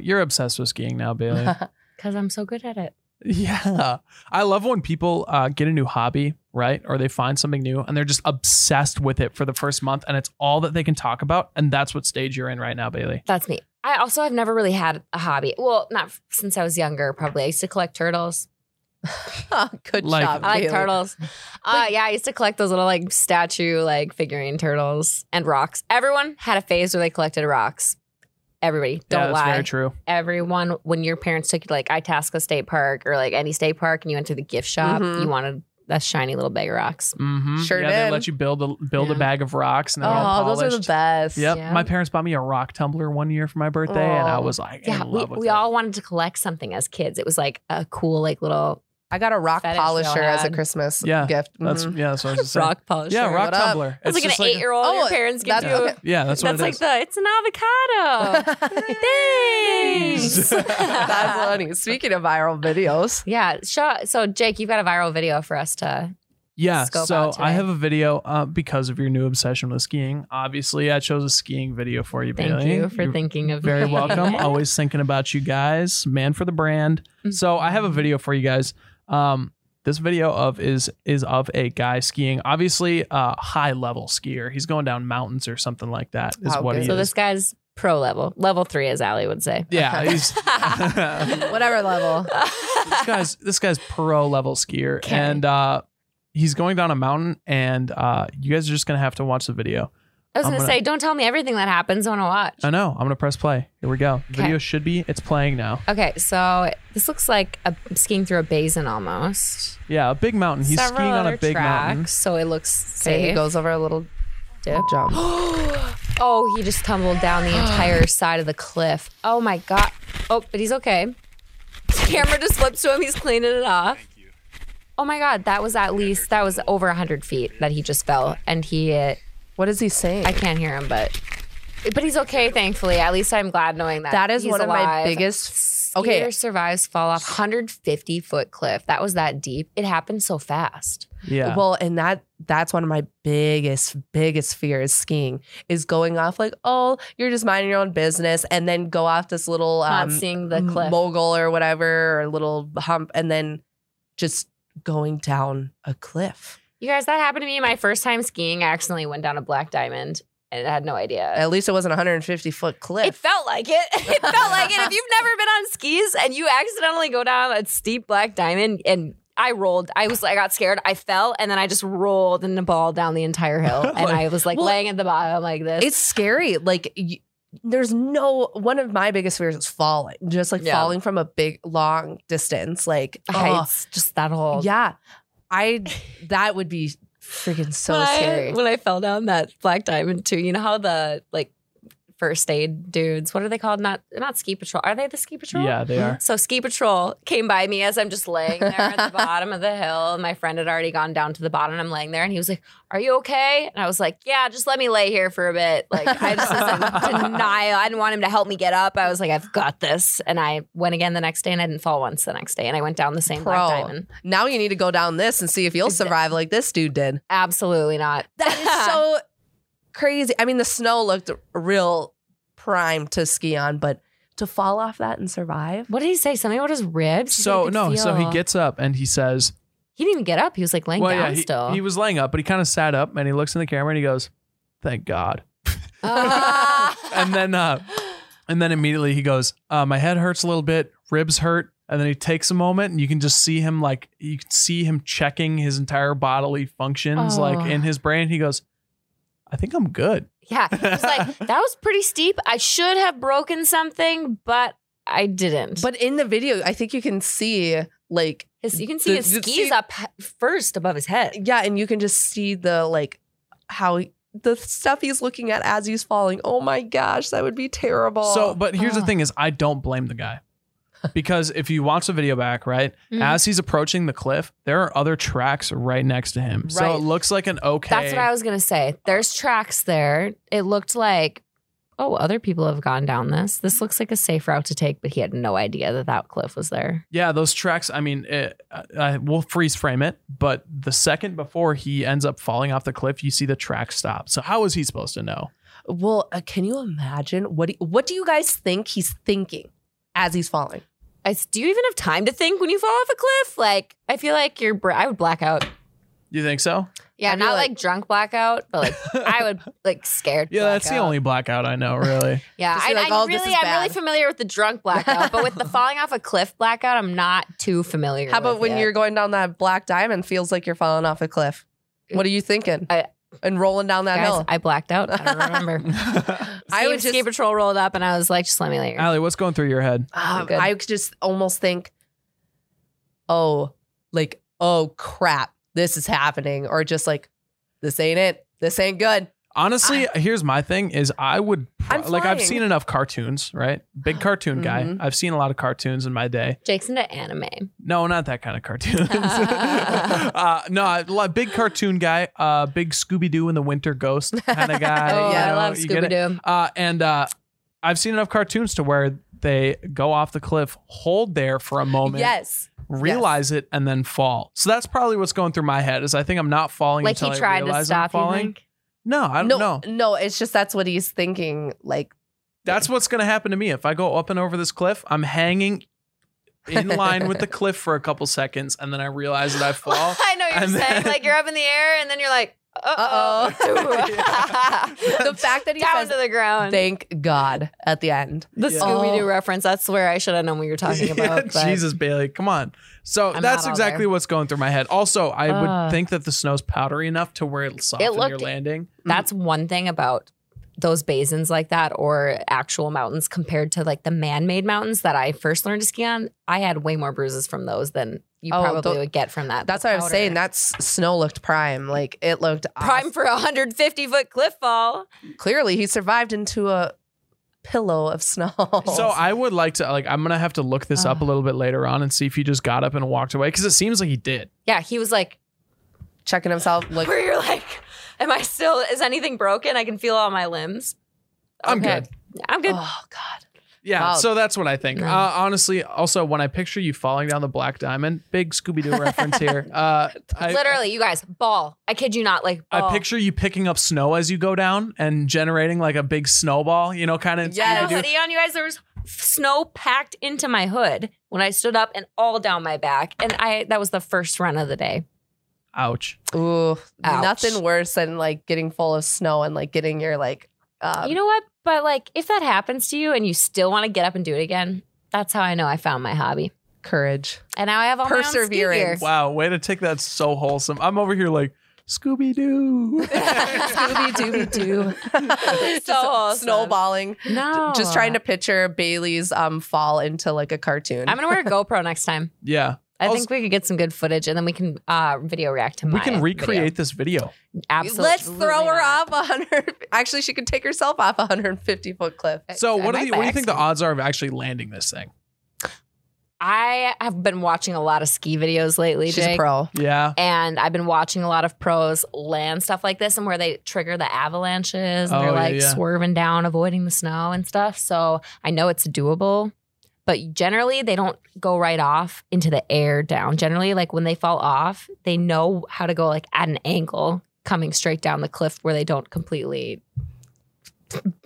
You're obsessed with skiing now, Bailey. because I'm so good at it. yeah. I love when people uh, get a new hobby, right? Or they find something new and they're just obsessed with it for the first month and it's all that they can talk about. And that's what stage you're in right now, Bailey. That's me. I also have never really had a hobby. Well, not f- since I was younger, probably. I used to collect turtles. Good Like- job. I like Bailey. turtles. Uh, yeah, I used to collect those little like statue like figurine turtles and rocks. Everyone had a phase where they collected rocks. Everybody, yeah, don't that's lie. very true. Everyone, when your parents took you to like Itasca State Park or like any state park, and you went to the gift shop, Mhm. you wanted that shiny little bag of rocks. Mm-hmm. Sure yeah, they did. let you build a build a Yeah. bag of rocks and they're all Oh, those polished. are the best. Yep. Yeah. My parents bought me a rock tumbler one year for my birthday, and I Oh. was like, Yeah, in we, love with we it. all wanted to collect something as kids. It was like a cool like little I got a rock Fetish polisher Bill as a had. Christmas Yeah, gift. That's Mhm. yeah, that's what I was just saying. mm-hmm. rock polisher. yeah, rock what up? tumbler. It's, like an just eight year old. Oh, your parents give that's you. okay. Yeah, that's what That's it like is. the it's an Oh, avocado. Thanks. That's funny. Speaking of viral videos, Yeah. Shaw, so Jake, you've got a viral video for us to. Yeah, scope so out today. I have a video uh, because of your new obsession with skiing. Obviously, I chose a skiing video for you, Thank Bailey. you for You're thinking of Very me. welcome. Always thinking about you guys, man for the brand. Mm-hmm. So I have a video for you guys. Um, this video of is is of a guy skiing. Obviously, a high level skier. He's going down mountains or something like that. Is Wow, what good. he so is. this guy's pro level, level three, as Allie would say. yeah, he's whatever level. this guy's this guy's pro level skier 'Kay. and uh he's going down a mountain and uh you guys are just gonna have to watch the video I was I'm gonna, gonna- Uh, say, don't tell me everything that happens. I want to watch. i know i'm gonna press play here we go Okay. video should be it's playing now Okay, so this looks like a, skiing through a basin almost. yeah a big mountain he's Several skiing on other a big tracks, mountain so it looks Okay, safe. he goes over a little Dip. jump. Oh, he just tumbled down the entire side of the cliff. Oh my god. Oh, but he's okay. The camera just flips to him. He's cleaning it off. Oh my god, that was at least that was over hundred feet that he just fell, and he. Uh, What is he saying? I can't hear him, but but he's okay. Thankfully, at least I'm glad knowing that. that is he's one of my alive. biggest. Skier Okay, survives fall off 150 foot cliff. That was that deep. It happened so fast. yeah Well, and that that's one of my biggest biggest fears skiing is going off like, oh, you're just minding your own business, and then go off this little Not um, seeing the m- cliff. mogul or whatever or little hump, and then just going down a cliff. You guys, that happened to me my first time skiing. I accidentally went down a black diamond and I had no idea. At least it wasn't a 150 foot cliff. It felt like it. It felt like it. If you've never been on skis and you accidentally go down a steep black diamond and I rolled. I was I got scared. I fell and then I just rolled in a ball down the entire hill and I was like Well, laying at the bottom like this. it's scary. Like y there's no one of my biggest fears is falling, just like Yeah. falling from a big long distance. Like oh, heights, just that whole yeah, I that would be freaking so when scary. I, when I fell down that black diamond too, you know how the like first aid dudes, what are they called? Not not ski patrol. Are they the ski patrol? yeah they are So ski patrol came by me as I'm just laying there at the bottom of the hill. My friend had already gone down to the bottom. and I'm laying there, and he was like, "Are you okay?" And I was like, "Yeah, just let me lay here for a bit." Like I just was in denial. I didn't want him to help me get up. I was like, "I've got this." And I went again the next day, and I didn't fall once the next day. And I went down the same black Pro. diamond. Now you need to go down this and see if you'll survive like this dude did. Absolutely not. That is so crazy. I mean, the snow looked real prime to ski on, but to fall off that and survive. What did he say? Something about his ribs? He said he so could no so he feel- gets up and he says He didn't even get up. He was like laying well down yeah he- still. he, was laying up but he kind of sat up and he looks in the camera and he goes thank god and then uh and then immediately he goes uh, my head hurts a little bit ribs hurt and then he takes a moment and you can just see him like you can see him checking his entire bodily functions Oh. like in his brain he goes i think i'm good Yeah. He was like, that was pretty steep. I should have broken something, but I didn't. But in the video, I think you can see like his, you can see the- his the- skis see- up h- first above his head. yeah, and you can just see the like how the stuff he's looking at as he's falling. Oh my gosh, that would be terrible. so but here's the Oh. thing is i don't blame the guy because if you watch the video back right Mm. as he's approaching the cliff there are other tracks right next to him so Right. it looks like an okay That's what I was going to say. There's tracks there. It looked like, oh, other people have gone down this. This looks like a safe route to take, but he had no idea that that cliff was there. Yeah, those tracks. I mean, it, uh, uh, we'll freeze frame it, but the second before he ends up falling off the cliff, you see the track stop. So how is he supposed to know? well, uh, can you imagine what do, what do you guys think he's thinking? as he's falling. I s do you even have time to think when you fall off a cliff? Like, I feel like you're, br- I would black out. You think so? Yeah, I'd be not like- like, drunk blackout, but like I would like scared. Yeah, that's the blackout. only blackout I know, really. Yeah, Just I, be like, I "Oh, this really, is I'm really bad." familiar with the drunk blackout, but with the falling off a cliff blackout, I'm not too familiar. How about with when it. you're going down that black diamond? Feels like you're falling off a cliff. What are you thinking? I- and rolling down that Guys, hill. I blacked out. I don't remember. I I would would just- ski patrol rolled up, and I was like, just let me later. Allie, what's going through your head? Um, good. I could just almost think, oh, like, oh crap, this is happening, or just like, this ain't it. This ain't good. Honestly, here's my thing: is I would pro- I'm like I've flying. seen enough cartoons, right? Big cartoon guy. Mm-hmm. Mhm. I've seen a lot of cartoons in my day. Jake's into anime. No, not that kind of cartoons. uh, no, I- li- big cartoon guy. Uh, big Scooby Doo and the Winter Ghost kind of guy. oh, you I know, love you get it? Scooby Doo. Uh, and uh, I've seen enough cartoons to where they go off the cliff, hold there for a moment, Yes. realize it, and then fall. So that's probably what's going through my head. Is I think I'm not falling. Like he until I tried to realize I'm stop you. falling. Like, No, I don't no, know. No, it's just that's what he's thinking. Like, That's what's going to happen to me if I go up and over this cliff. I'm hanging in line with the cliff for a couple seconds, and then I realize that I fall. I know you're and saying then- like you're up in the air, and then you're like, uh Uh-oh. oh, the fact that he down says, to the ground. thank God at the end. The Yeah. Scooby Doo Oh. reference. That's where I should have known what you were talking Yeah, about. but- Jesus, Bailey, come on. So I'm that's not all exactly there. what's going through my head. Also, I would Ugh. think that the snow's powdery enough to where it'll soften your looked- landing. Mm-hmm. That's one thing about those basins like that or actual mountains compared to like the man-made mountains that I first learned to ski on. I had way more bruises from those than you Oh, probably tho- would get from that. That's The what I'm powder. saying. That s- snow looked prime. Like, it looked prime awesome. for a 150 foot cliff fall. Clearly, he survived into a pillow of snow. So I would like to like I'm gonna have to look this up a Ugh. little bit later on and see if he just got up and walked away because it seems like he did. Yeah, he was like, checking himself, like, where you're like, am I still? Is anything broken? I can feel all my limbs. I'm Okay. good. I'm good. oh, God. Yeah, Wow. so that's what I think. No. Uh, honestly, also when I picture you falling down the black diamond, big Scooby Doo reference here. Uh, I, Literally, you guys, ball. I kid you not, like ball. I picture you picking up snow as you go down and generating like a big snowball, you know, kind of. Yes. I had a hoodie on, you guys. There was snow packed into my hood when I stood up and all down my back. And I that was the first run of the day. Ouch. Ooh, Ouch. nothing worse than like getting full of snow and like getting your like. Uh, you know what? But like, if that happens to you and you still want to get up and do it again, that's how I know I found my hobby. courage. And now I have all Perseverance. My Wow, way to take that so wholesome. I'm over here like Scooby Doo. Scooby Dooby Doo. Just So wholesome. snowballing. own ski gear. No, Just trying to picture Bailey's um fall into like a cartoon. I'm gonna wear a GoPro next time. Yeah, I Also- think we could get some good footage, and then we can uh, video react to my. we can recreate video. this video. Absolutely. Let's throw her off not. a hundred. Actually, she could take herself off a hundred fifty foot cliff. So, I what, are might the, by what do you think the accident. odds are of actually landing this thing? I have been watching a lot of ski videos lately, She's a Jake. pro. Yeah. and I've been watching a lot of pros land stuff like this and where they trigger the avalanches and Oh, they're yeah, like yeah. swerving down, avoiding the snow and stuff. So I know it's doable, but generally they don't go right off into the air down. Generally, like when they fall off, they know how to go like at an angle coming straight down the cliff where they don't completely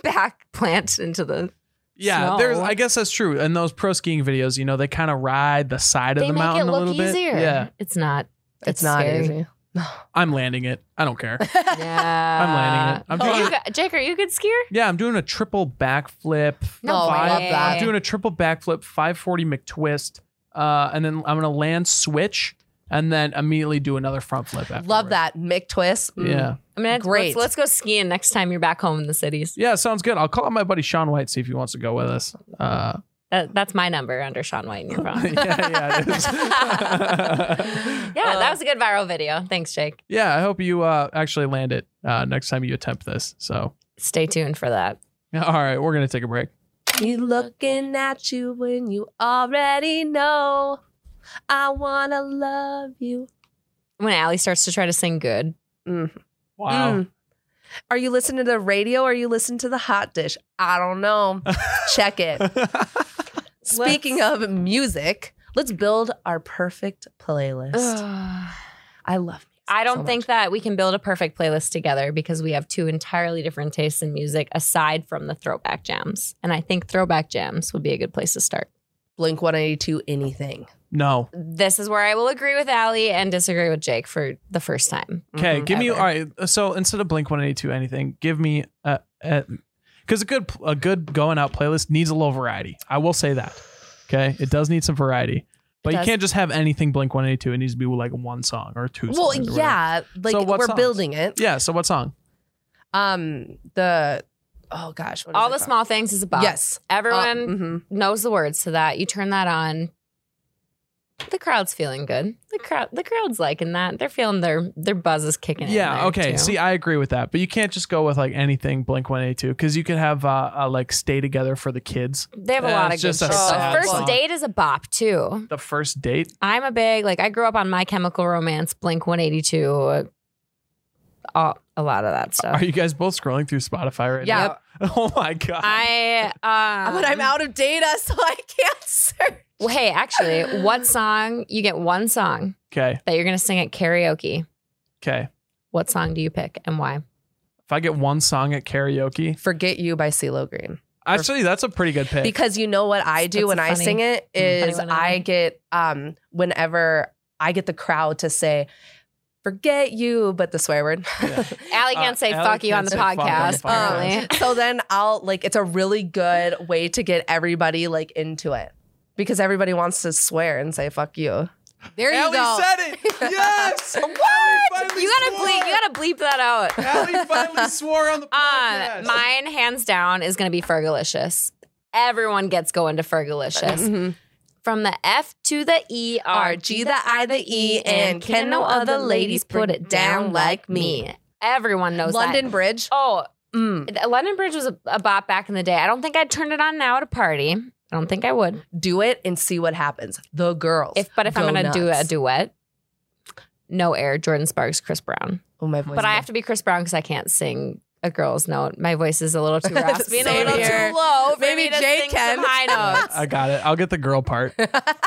back plant into the Yeah, Snow. there's. I guess that's true. In those pro skiing videos, you know, they kind of ride the side of they the make it mountain a look little easier. bit. Yeah, It's not. It's, not scary. easy. I'm landing it. I don't care. Yeah. I'm landing it. I'm But doing. you got- Jake, are you a good skier? yeah, I'm doing a triple backflip. No Oh, I five- love way. that. I'm doing a triple backflip, 540 McTwist, uh, and then I'm gonna land switch, and then immediately do another front flip. Afterwards. Love that Mick twist. Mm. Yeah, I'm gonna Great. Let's, let's go skiing next time you're back home in the cities. yeah, sounds good. I'll call up my buddy Sean White see if he wants to go with us. Uh, That, that's my number under Sean White in your phone. yeah, yeah, it is. yeah, that was a good viral video. Thanks, Jake. yeah, I hope you uh, actually land it uh, next time you attempt this. So, Stay tuned for that. all right, we're gonna take a break. Me looking at you when you already know I wanna love you. When Allie starts to try to sing good, Wow. Mm. Are you listening to the radio or are you listening to the hot dish? I don't know. Check it. Mm. Speaking of music, let's build our perfect playlist. I love music. I don't so think much. that we can build a perfect playlist together because we have two entirely different tastes in music aside from the throwback jams. And I think throwback jams would be a good place to start. Blink 182 anything. No. This is where I will agree with Allie and disagree with Jake for the first time. Okay, Mhm. give me all ever. right. So instead of Blink One Eighty Two, anything, give me a because a, good a good going out playlist needs a little variety. I will say that. Okay, it does need some variety, but It you does. can't just have anything Blink One Eighty Two. It needs to be like one song or two. Well, songs or whatever. yeah, like So what we're songs? building it. yeah. So what song? Um, the oh gosh, what is All it the called? small things is about. Yes, Everyone Uh, mhm. knows the words to that. You turn that on. The crowd's feeling good. The crowd the crowd's liking that. They're feeling their their buzz is kicking in Yeah. there, Okay. too. See, I agree with that, but you can't just go with like anything Blink One Eighty Two because you could have uh, uh like Stay Together for the kids. they have a Yeah, lot of it's good just a shit. sad The first song. date is a bop too. The first date. I'm a big like I grew up on My Chemical Romance, Blink 182, uh, all, a lot of that stuff. Are you guys both scrolling through Spotify right yeah. now? Oh my god. I um, But I'm out of data, so I can't search. Well, hey, actually, what song? You get one song okay. that you're gonna sing at karaoke. Okay. What song do you pick and why? If I get one song at karaoke, Forget You by CeeLo Green. actually, that's a pretty good pick. Because you know what I do That's a when I funny- Mm, sing it is funny one, I I know. get um whenever I get the crowd to say forget you but the swear word. Um, Yeah. Allie Uh, can't say Allie fuck you can't on the say fuck on the podcast. podcast. apparently. so then I'll like it's a really good way to get everybody like into it because everybody wants to swear and say fuck you. There you Allie go. said it. Yes. what? You gotta bleep. You gotta bleep that out. Allie finally swore on the Um, mine hands down is gonna be Fergalicious. Everyone gets going to Fergalicious. Mm-hmm. From the F to the E, R, G, the I, the E, and can no other ladies put it down like me. Everyone knows that. London Bridge. Oh, Mm. London Bridge was a, a bop back in the day. I don't think I'd turn it on now at a party. I don't think I would. Do it and see what happens. The girls. If but if I'm go gonna do a nuts. duet, no air, Jordan Sparks, Chris Brown. Oh my voice. But I have to be Chris Brown because I can't sing a girl's note. My voice is a little too raspy and a Same little here. too low. For Maybe me to Jay sing can. some high notes. I got it. I'll get the girl part.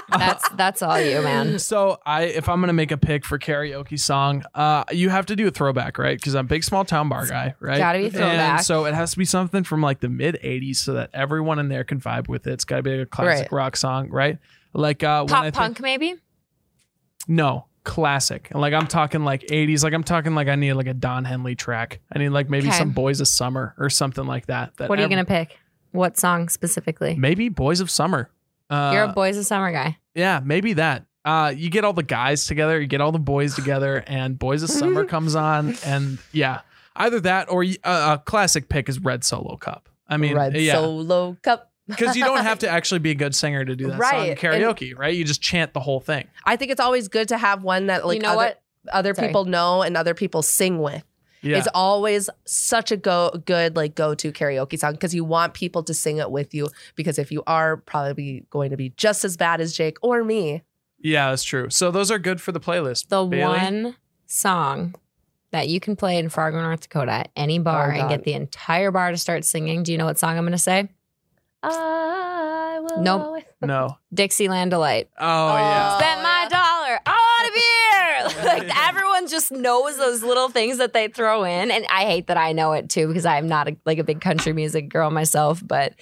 that's that's all you, man. So I, if I'm gonna make a pick for karaoke song, uh, you have to do a throwback, right? Because I'm a big small town bar guy, right? Gotta be And throwback. so it has to be something from like the mid '80s, so that everyone in there can vibe with it. It's gotta be a classic Right. rock song, right? Like uh, when I Pop think- punk, maybe. No, classic. And like I'm talking like 80s. Like I'm talking like I need like a Don Henley track. I need like maybe Okay. some Boys of Summer or something like that. that What are you ev- gonna pick? What song specifically? Maybe Boys of Summer. Uh, You're a boys of summer guy. yeah, maybe that. Uh, you get all the guys together, you get all the boys together, and Boys of Summer comes on, and yeah, either that or y- uh, a classic pick is Red Solo Cup. I mean, Red yeah, Solo Cup. because you don't have to actually be a good singer to do that song Right, in and- karaoke, right? You just chant the whole thing. I think it's always good to have one that like you know other, what? other Sorry. people know and other people sing with. Yeah, It's always such a go good like go to karaoke song because you want people to sing it with you because if you are probably going to be just as bad as Jake or me. yeah, that's true. So those are good for the playlist. the Bailey? one song that you can play in Fargo, North Dakota at any bar and Oh, God. get the entire bar to start singing. Do you know what song I'm going to say? I will. Nope. No. Dixieland Delight. Oh, yeah. Oh, Spent my yeah. dollar. I want a beer. like Yeah. everyone just knows those little things that they throw in, and I hate that I know it too because I'm not a, like a big country music girl myself. But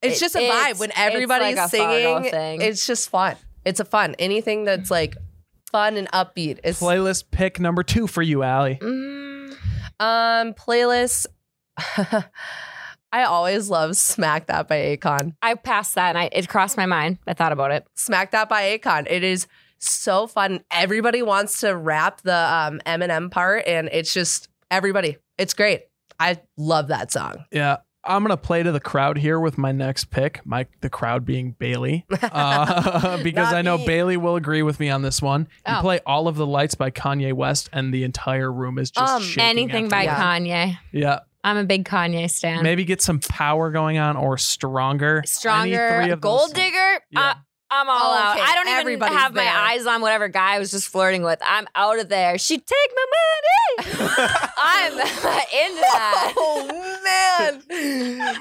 It's it- just a vibe when it's- everybody's it's like a Fargo singing. thing. It's just fun. It's a fun. Anything that's like fun and upbeat is Playlist pick number two for you, Allie. Mm, um playlist. I always love Smack That by Akon. I passed that, and I, it crossed my mind. I thought about it. Smack That by Akon. It is so fun. Everybody wants to rap the um, Eminem part, and it's just everybody. It's great. I love that song. Yeah. I'm gonna play to the crowd here with my next pick, my the crowd being Bailey, uh, because Not I know me. Bailey will agree with me on this one. You Oh. play "All of the Lights" by Kanye West, and the entire room is just Um, shaking Anything by after Yeah. Kanye. that. yeah. I'm a big Kanye stan. Maybe get some power going on or stronger. Any three stronger of those gold songs. digger. Yeah. Uh, I'm all Oh, out. okay. I don't even Everybody's have my there. eyes on whatever guy I was just flirting with. I'm out of there. She take my money. I'm into that. Oh man,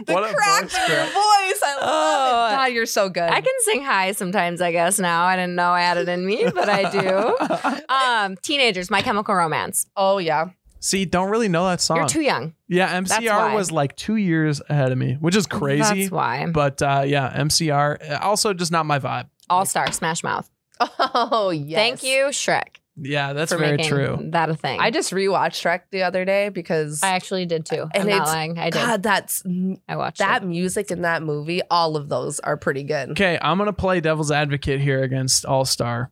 the What a crack voice in your crack. voice. I love Oh. it. God, you're so good. I can sing high sometimes, I guess. Now I didn't know I had it in me, but I do. Um, teenagers, My Chemical Romance. oh yeah, See, don't really know that song. You're too young. yeah, MCR why. was like two years ahead of me, which is crazy. That's why. But uh, yeah, MCR uh, also just not my vibe. All star Smash Mouth. Oh yes. Thank you, Shrek. Yeah, that's for very making true. That a thing. I just rewatched Shrek the other day because I actually did too. And I'm not it's- lying. I did. God, that's I watched that It. music in that movie. All of those are pretty good. Okay, I'm gonna play devil's advocate here against All Star.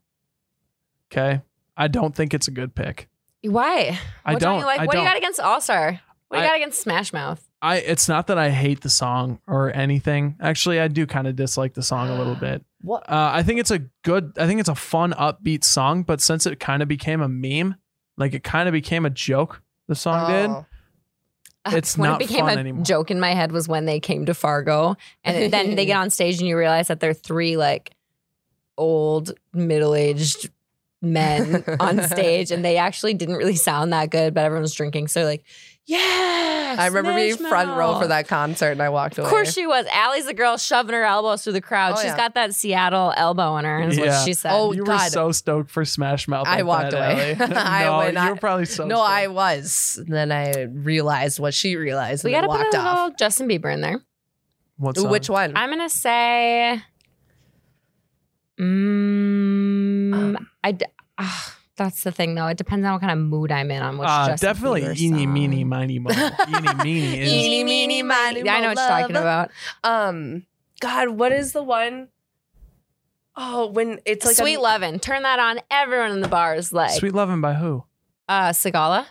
Okay, I don't think it's a good pick. Why? I What don't. You like? I what don't. do you got against All Star? What do you I- got against Smash Mouth? I. It's not that I hate the song or anything. Actually, I do kind of dislike the song a little bit. What? Uh, I think it's a good. I think it's a fun, upbeat song. But since it kind of became a meme, like it kind of became a joke, the song did. Oh. It's when not it became fun a anymore. joke in my head was when they came to Fargo, and it- then they get on stage and you realize that they're three like old middle aged men on stage, and they actually didn't really sound that good, but everyone was drinking, so they're like, yeah. I remember being front row for that concert and I walked away. Of course she was. Allie's the girl shoving her elbows through the crowd. Oh, She's yeah. got that Seattle elbow in her, is Yeah. what she said. Oh, you were God. so stoked for Smash Mouth. I like walked that, away. Ellie. I no, would not- you were probably so. no, stoked. I was. Then I realized what she realized we and got to then put walked a off. little Justin Bieber in there. What Ooh, song? Which one? I'm gonna say. Mm, Um. I. d- ah, that's the thing, though. It depends on what kind of mood I'm in. On which Uh, Justin definitely Bieber eeny song. meeny miny mo. Eeny meeny is Eeny, meeny, miny, Yeah, I know what you're mo talking love. about. um God, what is the one? Oh, when it's like a- Sweet Lovin'. Turn that on. Everyone in the bar is like Sweet Lovin' by who? uh, Sigala.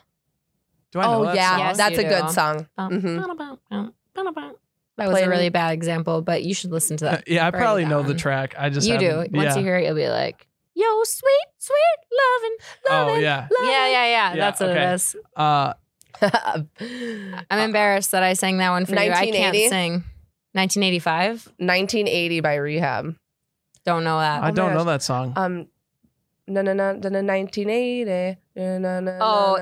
Do I know Oh that yeah, song? Yes, that's a you good do. song. Mm-hmm. Mhm. That was Play a really it. bad example, but you should listen to that. Uh, yeah, I Already probably that know the one. track. I just you do. haven't- Once yeah. you hear it, you'll be like, "Yo, sweet, sweet lovin', Oh lovin'." yeah. yeah, yeah, yeah. Yeah, That's what okay. it is. Uh, I'm embarrassed that I sang that one for you. I can't 1980? sing. 1985. 1980 by Rehab. Don't know that. I my don't know gosh. that song. Uh, Um, na na na na na 1980. Oh,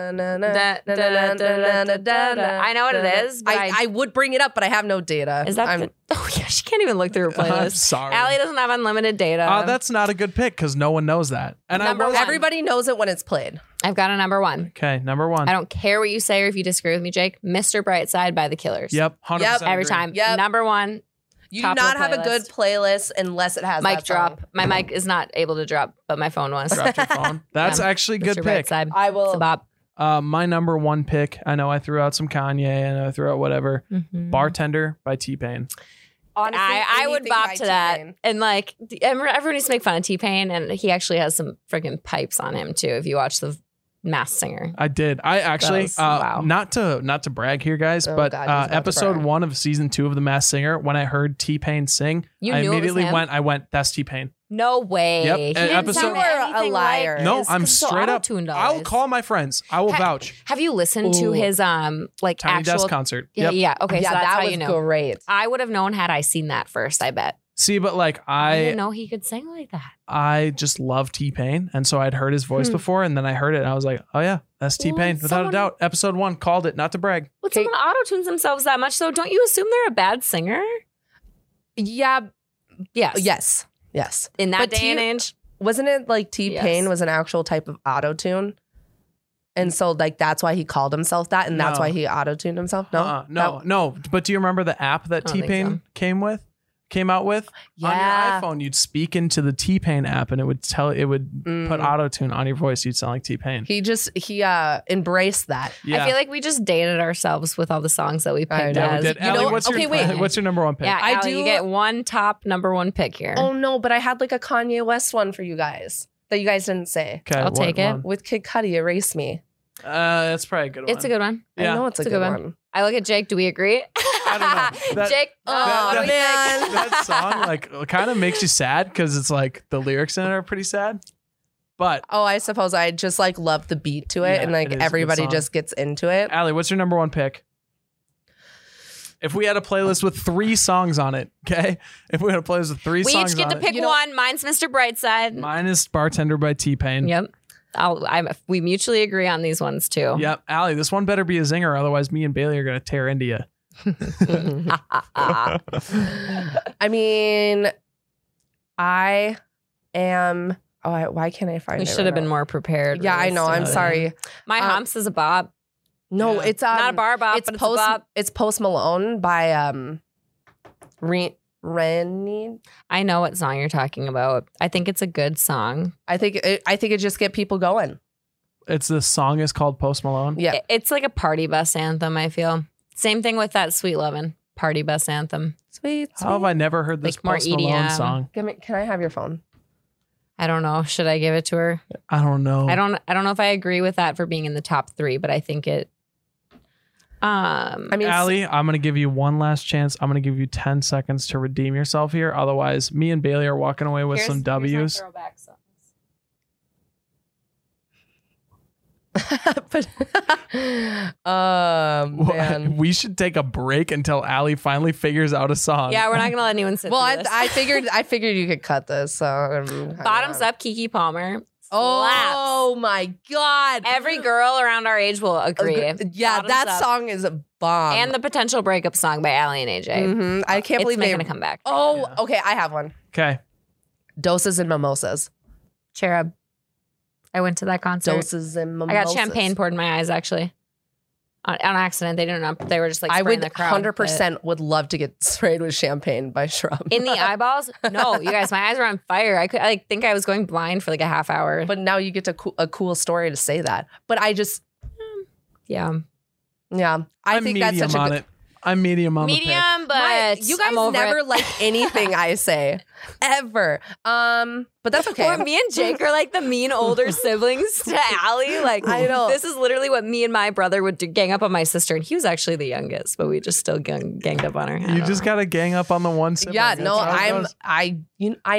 I know what it is, but I, I- I would bring it up, but I have no data. Is that? I'm- the- oh yeah, she can't even look through her I'm playlist. sorry. Allie doesn't have unlimited data. Uh, that's not a good pick because no one knows that. And Number I was one. everybody knows it when it's played? I've got a number one. okay. Number one. I don't care what you say or if you disagree with me, Jake. Mr. Brightside by the Killers. Yep. 100% Every agree. time. Yep. Number one. You Top do of not the have a playlist. good playlist unless it has mic that drop. song. My mic is not able to drop, but my phone was. Dropped your phone. That's Yeah. actually a Mr. good pick. Brightside. I It's will. a bop. Uh, my number one pick. I know I threw out some Kanye and I threw out Mm-hmm. whatever. Bartender by T Pain. Honestly, I, I would anything bop by to that. T-Pain. And like the- everyone everyone used to make fun of T Pain, and he actually has some freaking pipes on him too. If you watch the Mass Singer, I did. I actually was- uh, wow. not to not to brag here, guys, Oh, but God, he's uh, about to episode brag. one of season two of The Masked Singer, when I heard T Pain sing, you I knew immediately it was him. went. I went. That's T Pain. No way. Yep. He And didn't episode- sound You are a anything liar. Like No, this, I'm 'cause it's so straight up. auto-tuned I'll always. call my friends. I will Heck, vouch. Have you listened to Ooh. his um like Tiny actual? Desk concert. yeah, Yep. yeah. Okay, yeah, so that's that how was you know. great. I would have known had I seen that first. I bet. See, but like I I didn't know he could sing like that. I just love T Pain, and so I'd heard his voice Hmm. before, and then I heard it, and I was like, oh yeah, that's Well, T Pain, when without a someone- doubt. Episode one called it. Not to brag. When Okay. someone auto tunes themselves that much, though, don't you assume they're a bad singer? Yeah. Yes. Yes. Yes. In that But day do and you- age, wasn't it like T Pain Yes. was an actual type of auto tune? And so like that's why he called himself that, and that's No. why he auto tuned himself. No, Uh-uh. no, no. But do you remember the app that I don't T think Pain came with? Came out with yeah, on your iPhone, you'd speak into the T Pain app, and it would tell it would Mm. put auto tune on your voice. You'd sound like T Pain. he just he uh embraced that. Yeah, I feel like we just dated ourselves with all the songs that we I picked. know. yeah, as, we did. you Allie, know- what's your okay, wait. what's your number one pick? Yeah, I I do. do- You get one top number one pick here. Oh no, but I had like a Kanye West one for you guys that you guys didn't say okay, I'll what take it. one? with Kid Cudi. Erase me. Uh, that's probably a good one. it's a good one. Yeah. I know it's, a, good, one. I look at Jake. Do we agree? I don't know. That- Jake, that- oh, what do we that- think? that song like kind of makes you sad because it's like the lyrics in it are pretty sad, but Oh, I suppose I just like love the beat to it, Yeah, and like it is a good everybody song. just gets into it. Allie, what's your number one pick? If we had a playlist with three songs on it, okay? If we had a playlist with three we songs each get on to it, pick You know- one. Mine's Mr. Brightside. mine is "Bartender" by T Pain. yep. I'll, I'm, we mutually agree on these ones too. Yep, Allie, this one better be a zinger, otherwise me and Bailey are gonna tear into you. Ah. I mean, I am. Oh, I, why can't I find we it should right have been now? more prepared. Yeah, I really, know. I'm so- silly. sorry. My Um, humps is a bob. No, Yeah. it's um, Not a bar bop, It's but post. it's a bop. It's Post Malone by um, Re- Rennie. I know what song you're talking about. I think it's a good song. I think it, I think it just get people going. It's the song is called Post Malone. Yeah, It- It's like a party bus anthem, I feel. Same thing with that Sweet Lovin' party bus anthem. sweet. sweet. How have I never heard this Like more Post E Malone EDM. song? Give me, can I have your phone? I don't know. Should I give it to her? I don't know. I don't I don't know if I agree with that for being in the top 3, but I think it um I mean, s- Allie, I'm gonna give you one last chance. I'm gonna give you 10 seconds to redeem yourself here. Otherwise, me and Bailey are walking away with here's- some here's my W's. throwback songs. but, um, man. We should take a break until Allie finally figures out a song. Yeah, we're not going to let anyone sit Well, through I, this. I figured I figured you could cut this. So um, Bottoms up Kiki Palmer. Oh my god! Slaps. Every girl around our age will agree. Yeah, Bottoms that up. song is a bomb. and the potential breakup song by Allie and AJ. Mhm. I can't it's believe they. making a comeback. oh, Yeah. okay. I have one. Okay. Doses and mimosas. Cherub. I went to that concert. Doses and I mimosas. got champagne poured in my eyes actually. On, on accident, they didn't know. They were just like I spraying would the crowd. hundred percent would love to get sprayed with champagne by Shrub. But in the eyeballs. No, you guys, my eyes were on fire. I could, I like, think I was going blind for like a half hour. but now you get to coo- a cool story to say that. But I just, yeah, yeah, I am think medium that's such a on good. it. I'm medium on the pick. medium, but My- you guys I'm over never it. like anything I say, ever. Um, but that's okay. Or me and Jake are like the mean older siblings to Allie. Like I know. This is literally what me and my brother would do, gang up on my sister, and he was actually the youngest, but we just still gang, ganged up on her. You just gotta gang up on the one sibling. yeah, That's no, how it I'm, goes. I, you know, I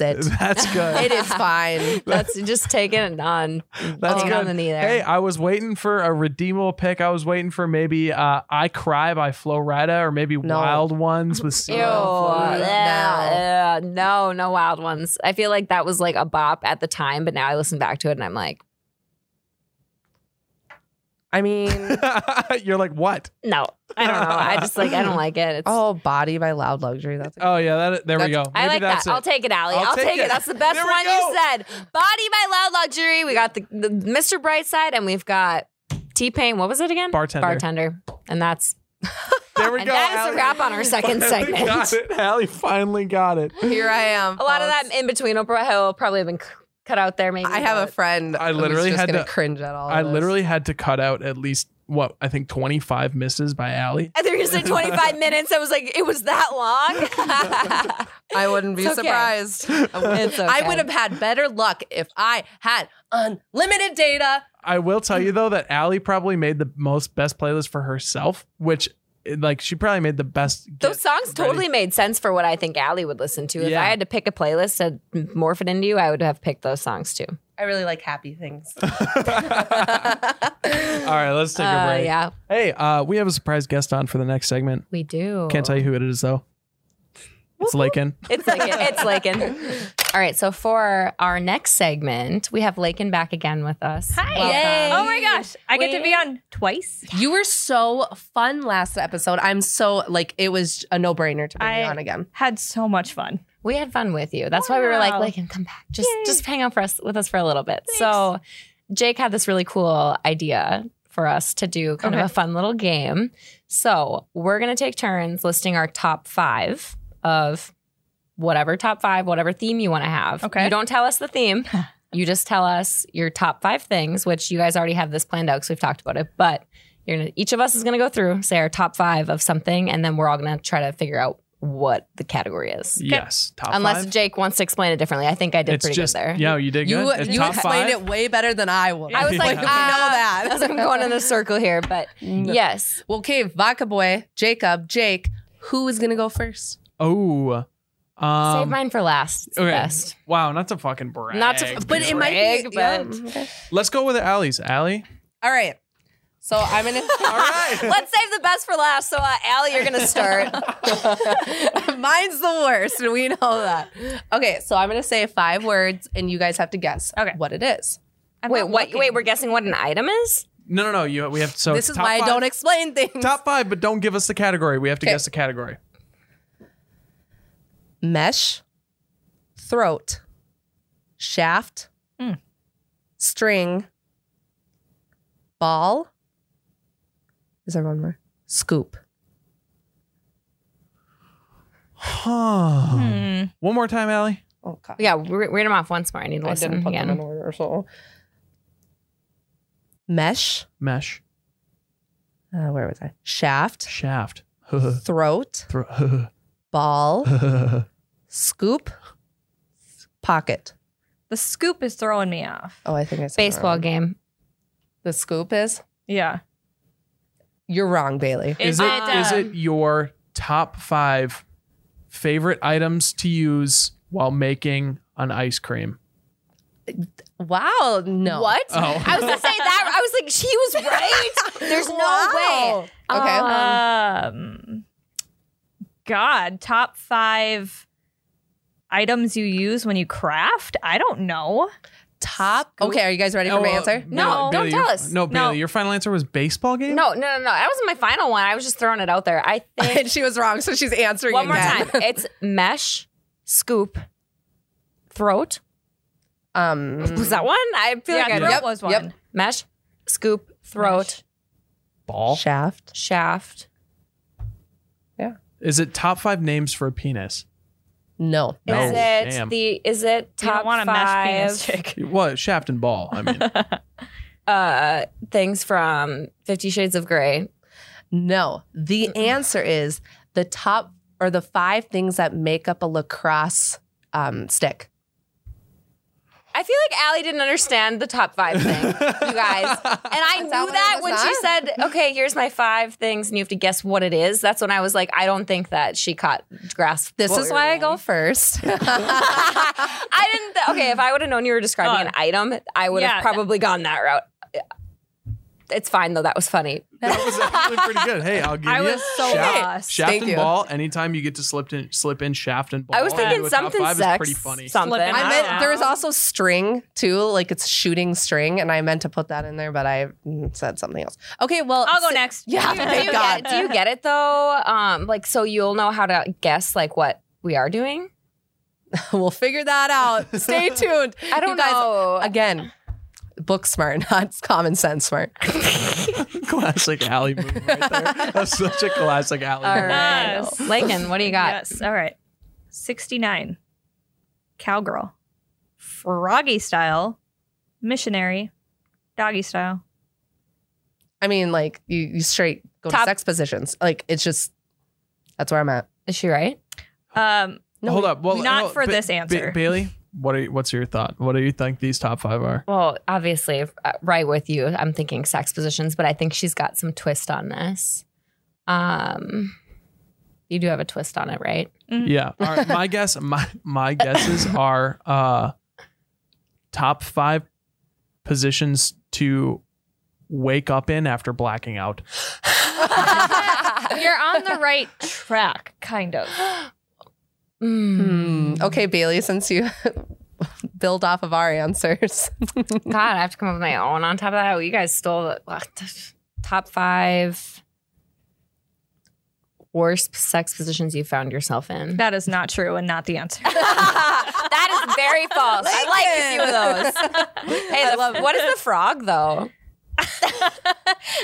it. That's good. it is fine. that's just taking it on. That's Take it on good. the knee there. Hey, I was waiting for a redeemable pick. I was waiting for maybe uh, "I Cry" by Flo Rida, or maybe No. "Wild Ones" with Ew, Seal. Florida. yeah, yeah. no, no wild ones. I feel like that was like a bop at the time, but now I listen back to it and I'm like, I mean, You're like, what? no, I don't know. I just like I don't like it. It's, oh, body by Loud Luxury. That's Oh yeah, that. There we go. That's- I Maybe like that. that's I'll it. take it, Allie. I'll, take, it. That's the best There we one you go. said. Body by Loud Luxury. We got the, the Mr. Brightside, and we've got T Pain. What was it again? Bartender. Bartender. And that's There we and go. that is Allie. a wrap on our second Finally segment. Got it. Allie finally got it. here I am. A lot of that folks. in between will pro- probably have been c- cut out there. Maybe I have a but- friend. I who's literally just had gonna to- cringe at all. of I this. literally had to cut out at least what I think 25 misses by Allie. I think you said 25 minutes. I was like, it was that long. I wouldn't be It's okay. surprised. I wouldn't- It's I okay. would have had better luck if I had unlimited data. I will tell you though that Allie probably made the most best playlist for herself, which like she probably made the best. get Those songs ready. totally made sense for what I think Allie would listen to. If Yeah. I had to pick a playlist to morph it into you, I would have picked those songs too. I really like happy things. All right, let's take a Uh, break. yeah, Hey, uh, we have a surprise guest on for the next segment. we do. Can't Oh. tell you who it is though. It's Lakin. It's Lakin. It's Lakin. All right. So for our next segment, we have Lakin back again with us. Hi. Yay. Oh my gosh. I get to Wait. be on twice. you were so fun last episode. I'm so like it was a no brainer to bring you I- on again. Had so much fun. We had fun with you. That's why we were like, Wow. Lakin, come back. Just Yay. just hang out for us with us for a little bit. So Jake had this really cool idea for us to do kind of Okay. a fun little game. So we're gonna take turns listing our top five of whatever top five, whatever theme you want to have. Okay. You don't tell us the theme. You just tell us your top five things, which you guys already have this planned out because we've talked about it. But you're gonna, each of us is gonna go through, say our top five of something, and then we're all gonna try to figure out what the category is. Yes, top Unless five. Jake wants to explain it differently. I think I did it's pretty just good there. yeah, you did You good. It's you top explained five. it way better than I would. I was like, Yeah. we know ah, that. I was like, I'm going in a circle here, but yes. Okay, Vodka Boy, Jacob, Jake, who is gonna go first? Oh, um, Save mine for last. It's the okay. best. Wow, not to fucking brag. Not to- But it might be. Greg, but- yeah, okay. Let's go with Allie's. Allie. All right. So I'm gonna. All right. Let's save the best for last. So, uh, Allie, you're going to start. Mine's the worst, and we know that. Okay, so I'm gonna say five words, and you guys have to guess Okay. what it is. I'm wait, not what? looking. Wait, we're guessing what an item is? no, no, no. You we have so this is top why five, I don't explain things. top five, but don't give us the category. We have to Okay. guess the category. Mesh, throat, shaft, Hmm. Mm. string, ball, Is there one more? Scoop. Huh. Hmm. One more time, Allie. Oh god. Yeah, re- read them off once more. I need to I didn't listen put them in again. order, so mesh. Mesh. Uh, where was I? Shaft. Shaft. Throat. Thro- Ball. Scoop. Pocket. The scoop is throwing me off. Oh, I think I said it Baseball wrong. game. The scoop is. Yeah. You're wrong, Bailey. is It- it uh, is it your top five favorite items to use while making an ice cream? Wow. No. What? Oh. I was gonna say that. I was like, she was right. There's no way. Wow. Okay. Um, Um, God, top five items you use when you craft? I don't know. Top. Okay. Are you guys ready for Oh, my uh, answer? Bailey- No, don't Bailey, tell your- us. No, No. Bailey, your final answer was baseball game. No, no, no, no. That wasn't my final one. I was just throwing it out there. I think and she was wrong, so she's answering one more again. time. It's mesh, scoop, throat. Um, Was that one? I feel like I throat wrote Yep, was one. yep. mesh, scoop, throat, ball. shaft? shaft. Is it top five names for a penis? No. No, is it damn. the? Is it You top don't want a five? mesh penis chick. Well, shaft and ball. I mean, uh things from Fifty Shades of Grey. No. The answer is the top or the five things that make up a lacrosse um, stick. I feel like Allie didn't understand the top five thing, you guys. And I knew that what it that was when she said, okay, here's my five things, and you have to guess what it is. That's when I was like, I don't think that she caught grasp. This what is we were why I doing. go first. I didn't. Th- okay, if I would have known you were describing an item, I would Yeah. have probably gone that route. It's fine though. That was funny. that was actually pretty good. Hey, I'll give I you was so shaft, lost. shaft Thank and you. ball. Anytime you get to slip in, slip in shaft and ball. I was and thinking do a top something five is sex. pretty funny. Something. Slipping I out. meant there was also string too, like it's shooting string, and I meant to put that in there, but I mm, said something else. Okay, well, I'll go si- next. Yeah, do, thank you God. Get, do you get it though? Um, like so you'll know how to guess like what we are doing. we'll figure that out. Stay tuned. I don't You guys, know. Again, book smart, not common sense smart. classic alley move right there. That's such a classic alley. All move. right, Yes. Lakin, what do you got? Yes. All right. 69. Cowgirl. Froggy style. Missionary. Doggy style. I mean, like you, you straight go to Top- sex positions. Like it's just that's where I'm at. Is she right? Um, Hold up. Well, not hold- for Ba- this Ba- answer. Bailey, what are you, what's your thought? What do you think these top five are? Well, obviously, if- uh, right with you. I'm thinking sex positions, but I think she's got some twist on this. Um, you do have a twist on it, right? Mm. Yeah. All right. My guess. My my guesses are uh, top five positions to wake up in after blacking out. You're on the right track, kind of. Hmm. Mm. Okay, Bailey, since you build off of our answers, God, I have to come up with my own on top of that. You guys stole the ugh, t- top five worst sex positions you found yourself in. That is not true and not the answer. that is very false. I like a few of those. Hey, the- what is the frog though?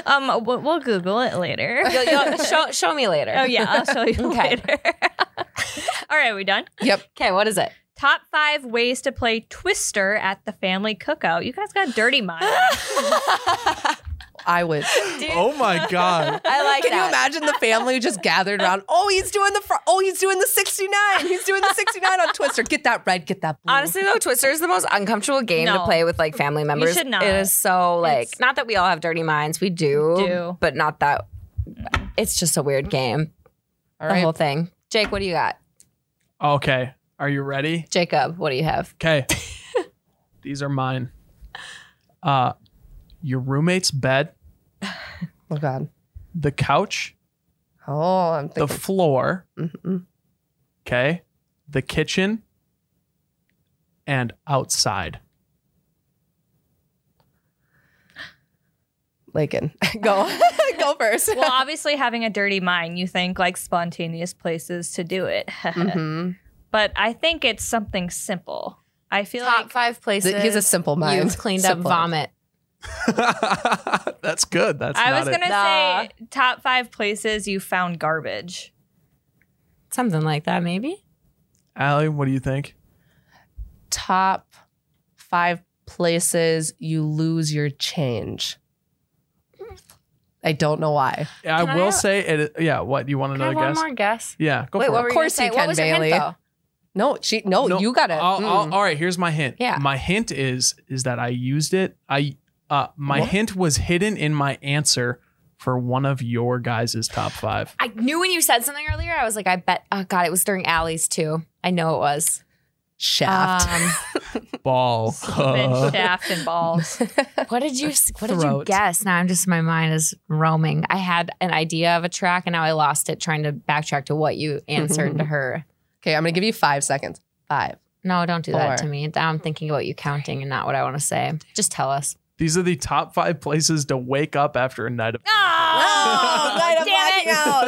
um, we'll, we'll Google it later. You'll- you'll- show, show me later. oh yeah, I'll show you Okay. later. All right, we done. yep, Okay, what is it? Top five ways to play Twister at the family cookout. You guys got dirty mind. I would. Oh my god. I like Can you that. imagine the family just gathered around? Oh, he's doing the fr- oh, he's doing the sixty nine. He's doing the sixty nine on Twister. Get that red. Get that blue. Honestly, though, Twister is the most uncomfortable game to No. play with like family members. should not. It is so like It's- not that we all have dirty minds. We do, Do. but not that. It's just a weird game. all the right. whole thing. Jake, what do you got? Okay. Are you ready? Jacob, what do you have? Okay. these are mine. Uh, your roommate's bed, oh God. the couch, Oh, I'm the thinking. floor. Mhm. Okay. The kitchen and outside. Lakin, mm-hmm. go go first. well, obviously, having a dirty mind, you think like spontaneous places to do it. Mm-hmm. Mhm. But I think it's something simple. I feel like five places. Th- He's a simple mind. You've cleaned up Simple. vomit. That's good. That's I not was it. gonna Nah. say top five places you found garbage. Something like that, maybe. Allie, what do you think? Top five places you lose your change. I don't know why. Yeah, I Can I will have- say it. Yeah, what you want Can I another have guess? one more guess? Yeah, go for what it. were Of course gonna you say? can, what was your hint, Bailey. though? No, she no, No, you got it. I'll- I'll- Mm. all right, here's my hint. Yeah. My hint is is that I used it. I uh my What? hint was hidden in my answer for one of your guys' top five. I knew when you said something earlier. I was like, I bet. Oh God, it was during Allie's too. I know it was. Um, Shaft. Ball. Slippage, shaft, and balls. Um, what did you? What did you Throat. guess? Now I'm just my mind is roaming. I had an idea of a track, and now I lost it trying to backtrack to what you answered to her. okay, I'm gonna give you five seconds. Five. No, don't do that Four. to me. Now I'm thinking about you counting and not what I want to say. Just tell us. These are the top five places to wake up after a night of. Oh, night of damn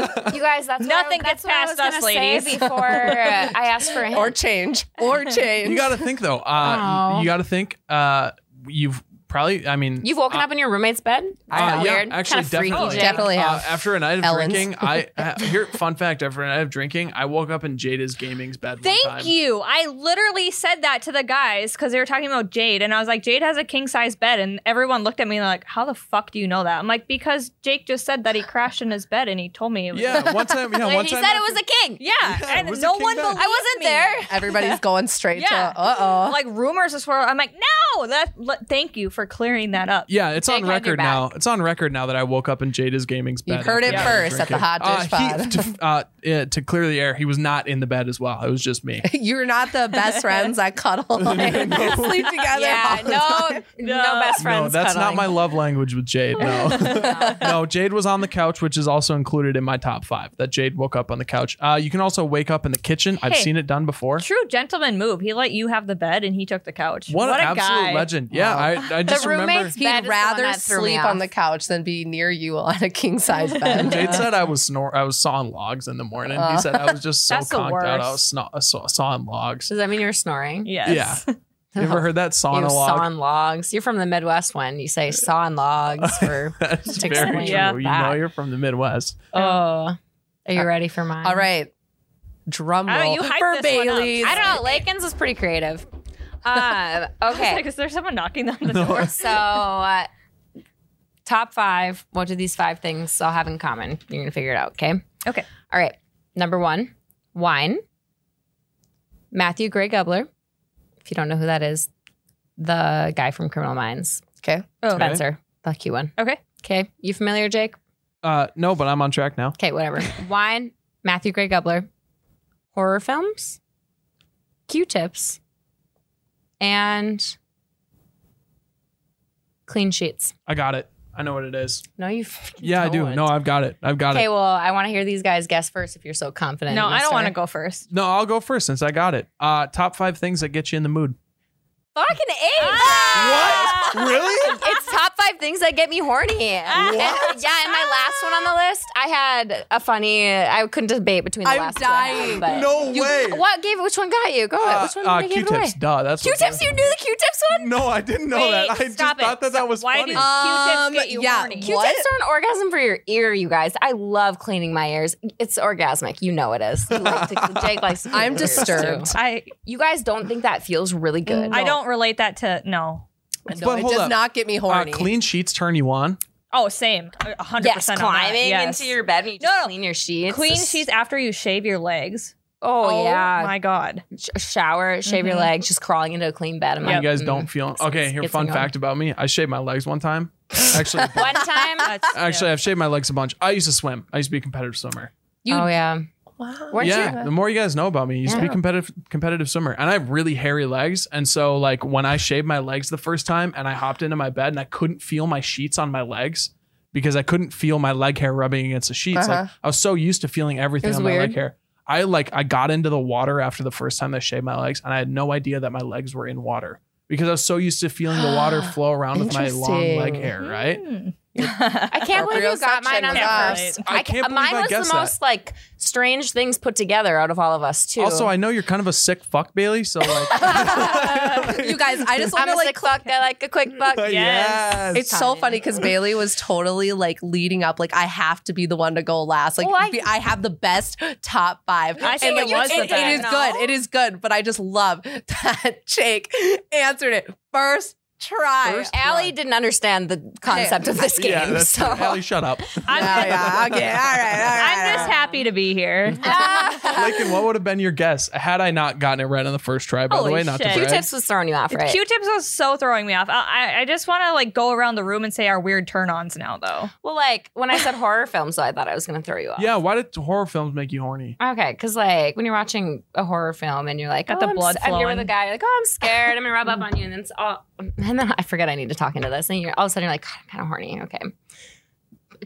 it. blacking You guys, that's what I- Nothing that's gets what I past was gonna us, say ladies. Before uh, I asked for a hint, Or change. Or change. You got to think though. Uh, Oh. You got to think. Uh, you've probably. I mean, you've woken up in your roommate's bed. Uh, Kinda yeah, weird. actually, Kinda freaky, definitely. Jake. definitely uh, have. after a night of Ellen's. drinking, I uh, here. Fun fact: After a night of drinking, I woke up in Jada's gaming's bed. one time. Thank you. I literally said that to the guys because they were talking about Jade, and I was like, Jade has a king size bed, and everyone looked at me like, How the fuck do you know that? I'm like, Because Jake just said that he crashed in his bed, and he told me it was. Yeah, one time. Yeah, one he time. said it after- was a king. Yeah, Yeah, it and was a no king one size. believed I wasn't me. there. Everybody's going straight Yeah. to uh oh. Like rumors as well. I'm like, no. That. le- thank you for clearing that up. Yeah, it's on Jake had your record now. It's on record now that I woke up in Jada's gaming's bed. You've heard it after a night of first at the drinking. Hot Dish uh, he- to, uh, yeah, to clear the air, he was not in the bed as well. It was just me. You're not the best friends that cuddle and sleep together. Yeah, all the time. no, no best friends. no, that's not cuddling. my love language with Jade. No. no, Jade was on the couch, which is also included in my top five. That Jade woke up on the couch. Uh, you can also wake up in the kitchen. I've Hey. seen it done before. True gentleman move. He let you have the bed, and he took the couch. What, a an absolute guy. legend. Yeah, I, I just remember. roommates- Bed is He'd the one rather that threw me sleep off. on the couch than be near you on a king size bed. Jade said I was snore. I was sawing logs in the morning. Uh, he said I was just so That's the conked out. I was worst. sno- uh, saw- sawing logs. Does that mean you're snoring? Yes. Yeah. You ever heard that You sauna log? sawing logs. You're from the Midwest when you say sawing logs for. That's to very true. explain Yeah. You know that. you're from the Midwest. oh, are Uh, you ready for mine? All right. Drum Oh, roll you hyped for this one up. Bailey's. I don't know. Lakins is pretty creative. Um, I was like, okay, is there someone knocking on the No. door? so uh, top five. What do these five things all have in common? You're gonna figure it out. Okay. Okay. All right. Number one, wine. Matthew Gray Gubler. If you don't know who that is, the guy from Criminal Minds. Okay. Oh, Okay. Spencer, the cute one. Okay. Okay. You familiar, Jake? Uh, no, but I'm on track now. Okay, whatever. Wine, Matthew Gray Gubler, horror films, Q tips, and clean sheets. I got it. I know what it is. No, you. freaking Yeah, I do. don't. No, I've got it. I've got Okay, it. well, I want to hear these guys guess first if you're so confident. no, in your I don't want to story. go first. No, I'll go first since I got it. Uh, top five things that get you in the mood. Fucking A. really? Ah! it's top five things that get me horny. And- yeah, and my last one on the list, I had a funny. I couldn't debate between the I'm last dying. One, but No way. What gave? Which one got you? Go. Uh, which one uh, did I give it away? Q-tips. Duh. That's what- Q-tips. You knew the Q-tips one. No, I didn't know Wait, that. I just stop it. thought that that was Why funny. do Q-tips Um, get you yeah. horny? Q- What? Q-tips are an orgasm for your ear, you guys. I love cleaning my ears. It's orgasmic. You know it is. You like to- Jake likes to clean I'm his ears, disturbed. too. I You guys don't think that feels really good. I don't relate that to no. No, But it hold does up. not get me Oh, uh, horny. clean sheets turn you on. Oh, same. A hundred Yes, percent. on that. climbing Yes. into your bed and you No, just no. clean your sheets. clean It's- sheets after you shave your legs. Oh, yeah. my god. Sh- shower, shave your Mhm. legs, just crawling into a clean bed. I'm You like, guys mm. don't feel okay. Here, gets fun me going. fact about me: I shaved my legs one time. Actually, One time. That's, actually, I've shaved my legs a bunch. I used to swim. I used to be a competitive swimmer. You- oh yeah. Wow. Weren't yeah, the more you guys know about me, you used to be Yeah. competitive competitive swimmer, and I have really hairy legs. And so, like when I shaved my legs the first time, and I hopped into my bed, and I couldn't feel my sheets on my legs because I couldn't feel my leg hair rubbing against the sheets. Like Uh-huh. I was so used to feeling It everything was on my leg weird. hair. I like I got into the water after the first time that I shaved my legs, and I had no idea that my legs were in water because I was so used to feeling the water flow around with my long leg Interesting. hair, right? Mm. I can't Our believe you real got mine section on was that us. first. I ca- can't believe mine I was guessed the that. most like strange things put together out of all of us too. Also, I know you're kind of a sick fuck, Bailey. So like, you guys, I just want I'm to a like sick fuck. I like a quick buck. Yes. Yes. It's so Timing. funny because Bailey was totally like leading up, like I have to be the one to go last. Like Oh, I- be- I, have the best top five. I think And it was the It, it is best. good. It is good. But I just love that Jake answered it first try. First- Allie didn't understand the concept of this game. yeah, that's so. true. Allie, shut up. I'm, yeah, yeah. Okay. All right. All right. I'm just happy to be here. Lincoln, what would have been your guess had I not gotten it right on the first try? By the Holy way, not shit. to brag. Q-tips was throwing you off, right? Q-tips was so throwing me off. I, I, I just want to like go around the room and say our weird turn-ons now, though. well, like when I said horror films, though, I thought I was gonna throw you off. Yeah, why did horror films make you horny? Okay, because like when you're watching a horror film and you're like, Got oh, the I'm blood s- I'm here with a flowing. guy. You're like, oh, I'm scared. I'm gonna rub up on you, and then it's all. And then I forget I need to talk into this, and you're all of a sudden you're like, God, I'm kind of horny. Okay.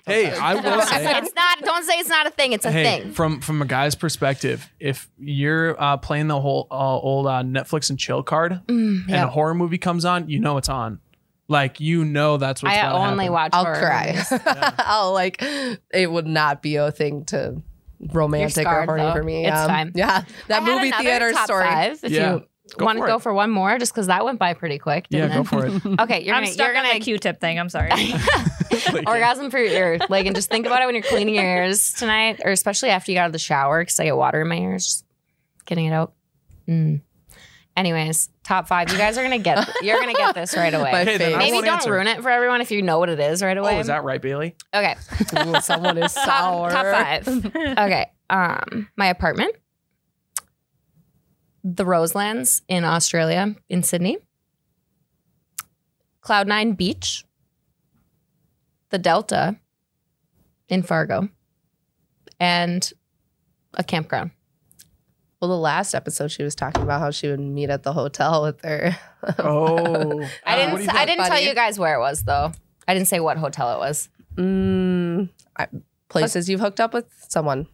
Hey, I will say. it's not. Don't say it's not a thing. It's a hey, thing. from from a guy's perspective, if you're uh, playing the whole uh, old uh, Netflix and chill card, Mm, and yeah. a horror movie comes on, you know it's on. Like you know that's what's I gonna only happen. watch. I'll horror cry. movies. I'll like it would not be a thing to romantic or scarred, horny though. for me. It's yeah. fine. Yeah. That I had movie another theater top story. Five, if Yeah. Go you want to for go it. for one more, just because that went by pretty quick. Yeah, Didn't go it? for it. Okay, you're I'm gonna, stuck you're gonna on the Q-tip thing. I'm sorry. orgasm for your ear. Like, and just think about it when you're cleaning your ears tonight, or especially after you get out of the shower because I get water in my ears. Just getting it out. Mm. Anyways, top five. You guys are gonna get. You're gonna get this right away. My Okay, then I Maybe won't don't answer. ruin it for everyone if you know what it is right away. Oh, is that right, Bailey? okay, Ooh, someone is sour. top, top five. okay, um, my apartment, the Roselands in Australia, in Sydney, Cloud Nine Beach, the Delta in Fargo, and a campground. Well, the last episode she was talking about how she would meet at the hotel with her. Oh, What Uh, I didn't. do s- you think? I didn't buddy? tell you guys where it was though. I didn't say what hotel it was. Mm, I, places you've hooked up with someone.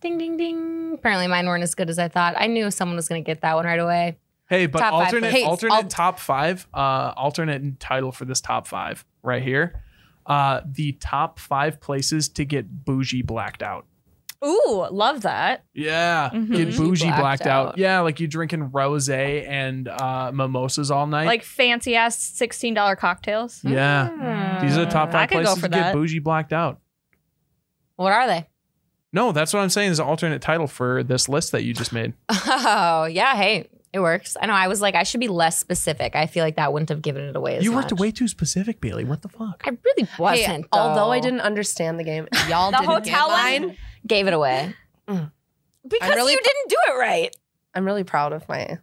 Ding ding ding. Apparently mine weren't as good as I thought. I knew someone was gonna get that one right away. Hey, but Top five, alternate please. Hey, alternate I'll- top five, uh, alternate title for this top five right here. Uh, the top five places to get bougie blacked out. Ooh, love that. Yeah, Mhm. get Bougie bougie blacked, blacked out. out. Yeah, like you drinking rosé and uh, mimosas all night. Like fancy ass sixteen dollar cocktails. Mm. yeah, Hmm. these are the top mm, I five could go places for to get that. bougie blacked out. What are they? No, that's what I'm saying is an alternate title for this list that you just made. Oh, yeah. Hey, it works. I know. I was like, I should be less specific. I feel like that wouldn't have given it away as you much. worked way too specific, Bailey. What the fuck? I really Hey, wasn't. though. although I didn't understand the game, y'all The didn't hotel get mine. one? Gave it away. Mm. Because really- you didn't do it right. I'm really proud of my.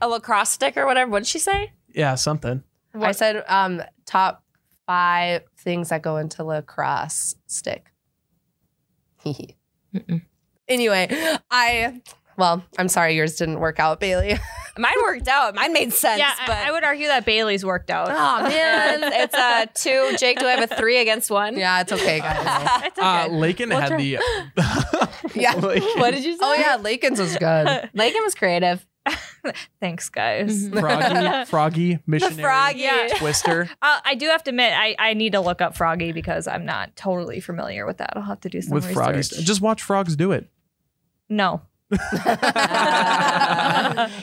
A lacrosse stick or whatever. What did she say? Yeah, something. I What- said um, top five things that go into lacrosse stick. Mm-mm. anyway, I well, I'm sorry yours didn't work out, Bailey. Mine worked out. Mine made sense. Yeah, but I, I would argue that Bailey's worked out. Oh man, it's a two. Jake, do I have a three against one? yeah, it's okay, guys. It's okay. Uh, Lakin We'll had try- the. Yeah. Lakin- What did you say? Oh yeah, Lakin's was good. Lakin was creative. Thanks, guys. Mhm. Froggy, Froggy, missionary, Yeah. Twister. Uh, I do have to admit, I, I need to look up Froggy because I'm not totally familiar with that. I'll have to do some with research. froggies. Just watch frogs do it. no.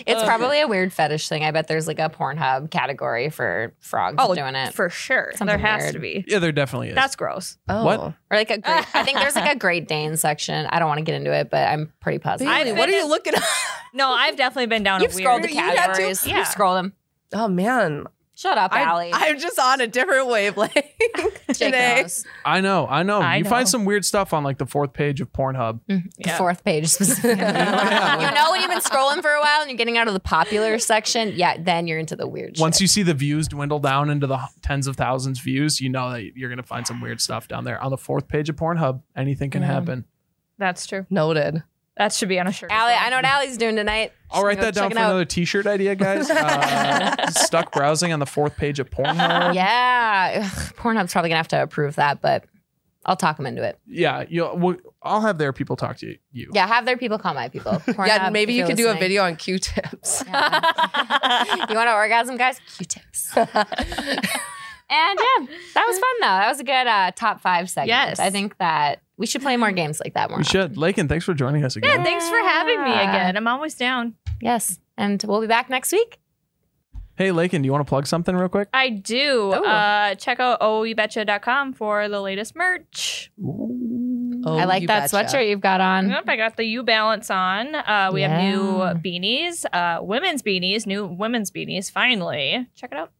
it's probably a weird fetish thing. I bet there's like a Pornhub category for frogs Oh, doing it, for sure. Something there has weird. to be. Yeah, there definitely is. That's gross. Oh. What? or like a great. I think there's like a Great Dane section. I don't want to get into it, but I'm pretty positive. I've Bailey, what are been you in- looking at? No, I've definitely been down You've a weird. scrolled the You had to? categories. Yeah. You've scrolled them. Oh man, Shut up, Allie. I, am just on a different wavelength Jake today. knows. I know, I know. I you find know. some weird stuff on like the fourth page of Pornhub. Mm-hmm. The Yeah. fourth page specifically. Yeah, like- you know when you've been scrolling for a while and you're getting out of the popular section, yeah, then you're into the weird Once shit. you see the views dwindle down into the h- tens of thousands views, you know that you're gonna find some weird stuff down there. On the fourth page of Pornhub, anything can Yeah. happen. That's true. Noted. That should be on a shirt. as Allie, well. I know what Allie's doing tonight. I'll write that She's down gonna for go check another T-shirt idea, guys. Uh, stuck browsing on the fourth page of it out. Pornhub. Uh, Yeah. Ugh, Pornhub's probably gonna have to approve that, but I'll talk them into it. Yeah, you'll. We'll, I'll have their people talk to you. Yeah, have their people call my people. yeah, Pornhub, maybe if you you're could do a listening. video on Q-tips. Yeah. you want to orgasm, guys? Q-tips. And yeah, that was fun though. That was a good uh, top five segment. Yes. I think that we should play more games like that more. We should. Lakin, thanks for joining us again. Yeah, thanks for having me Yeah. again. I'm always down. often. Yes. And we'll be back next week. Hey, Lakin, do you want to plug something real quick? I do. Oh. Uh, check out oebetcha.com for the latest merch. Oh, I like you that betcha. sweatshirt you've got on. Yep, I got the U Balance on. Uh, we Yeah. have new beanies, uh, women's beanies, new women's beanies. Finally, check it out.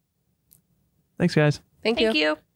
Thanks, guys. Thank you. Thank you.